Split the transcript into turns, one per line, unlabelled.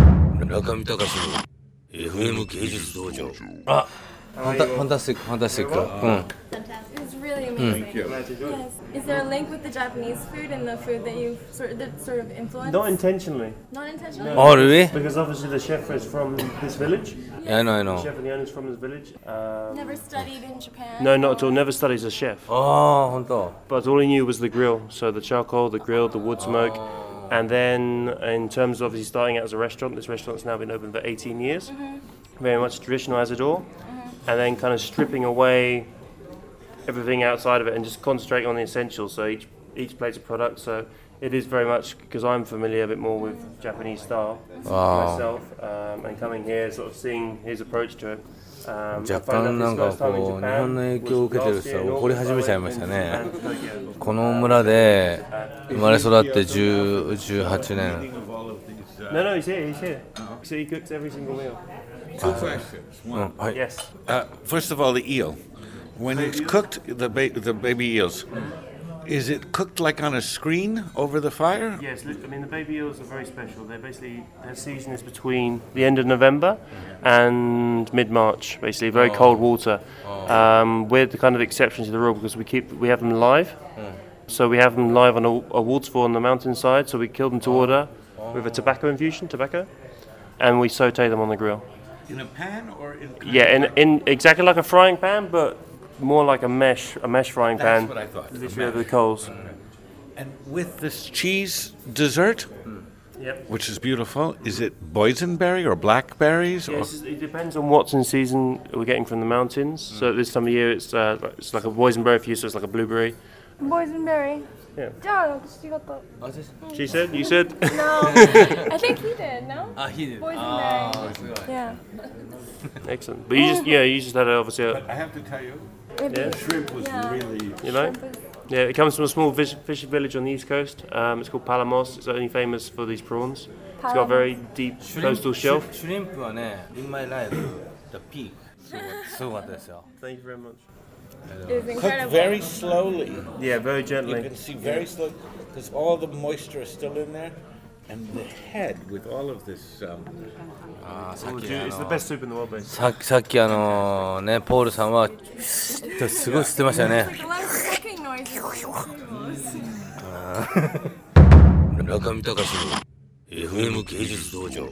村上隆の FM 芸術道場
あファンタファンタスティックファンタスティックうん。
Fantastic. It was really amazing. Yes. Is there a link with the Japanese food and the food that you've sort of, that sort of influenced?
Not intentionally,
Not intentionally?
Oh really?
because obviously the chef is from this village.
Yeah, I know I
The
know.
chef and the owner's from this village. Um,
Never studied in Japan?
no, not at all. Never studied as a chef,
ああ本当。
but all he knew was the grill. So the charcoal, the grill, the wood smoke. And then, in terms of obviously starting out as a restaurant, this restaurant's now been open for 18 years. Very much traditional as it all. And then, kind of stripping away everything outside of it and just concentrating on the essentials. So each each plate's a product. So it is very much because I'm familiar a bit more with Japanese style myself, um, and coming here, sort of seeing his approach to it. Um, I found
若干な
out this
んか
first time in
こう日
Japan
本の影響を受けてる
was last year
人
in
が
August.
怒り始めちゃいましたね
I went in Japan to Tokyo.
この村で生まれ育って10 18年
of all of these. Uh,
No, no, he's here. He's here. So he cooks every single meal.
two questions.
う
One.
んはい
Yes.
Uh, first of all, the eel. When it's cooked, the ba- the baby eels, is it cooked like on a screen over the fire?
Yes, li- I mean the baby eels are very special. They're basically their season is between the end of November and mid March. Basically, very cold water. Um, we're the kind of exception to the rule because we keep we have them live. So we have them live on a, a waterfall on the mountainside. So we kill them to order with a tobacco infusion, tobacco, and we saute them on the grill.
In a pan or in?
Yeah, in, in exactly like a frying pan, but more like a mesh a mesh frying
That's
pan.
what I thought, a
Literally over the
mesh.
coals.
And with this cheese dessert,
Yep.
which is beautiful, is it boysenberry or blackberries?
Yeah,
Or
it's just- it depends on what's in season we're getting from the mountains. So
Mm.
this time of year, it's uh, like- it's like a boysenberry for you, so it's like a blueberry.
Boysenberry.
Yeah.
John, you got the...
She said, you said.
No. I think he did, no?
あ火で
Boysenberry. Yeah.
Excellent. But you just, yeah, you just had it obviously, uh,
I have to tell you,
yeah,
shrimp was
Yeah.
really.
you know. Yeah, it comes from a small fish, fish village on the east coast. Um, it's called Palamos. It's only famous for these prawns. It's got a very deep
シュリン
coastal
プシュ
shelf.
シュリンプはね In my life the peak すごかったですよ
Thank you very much.
It was
Cooked
incredible.
very slowly.
Yeah, very
You
gently.
can see very slowly because all the moisture is still in there, and the head with all of this. Um,
あーさっき
It's the best soup in the world, basically.
ささっきあのねポールさんはすごい吸ってましたよね
Like a lot of clicking noises.
村上隆の FM 芸術道場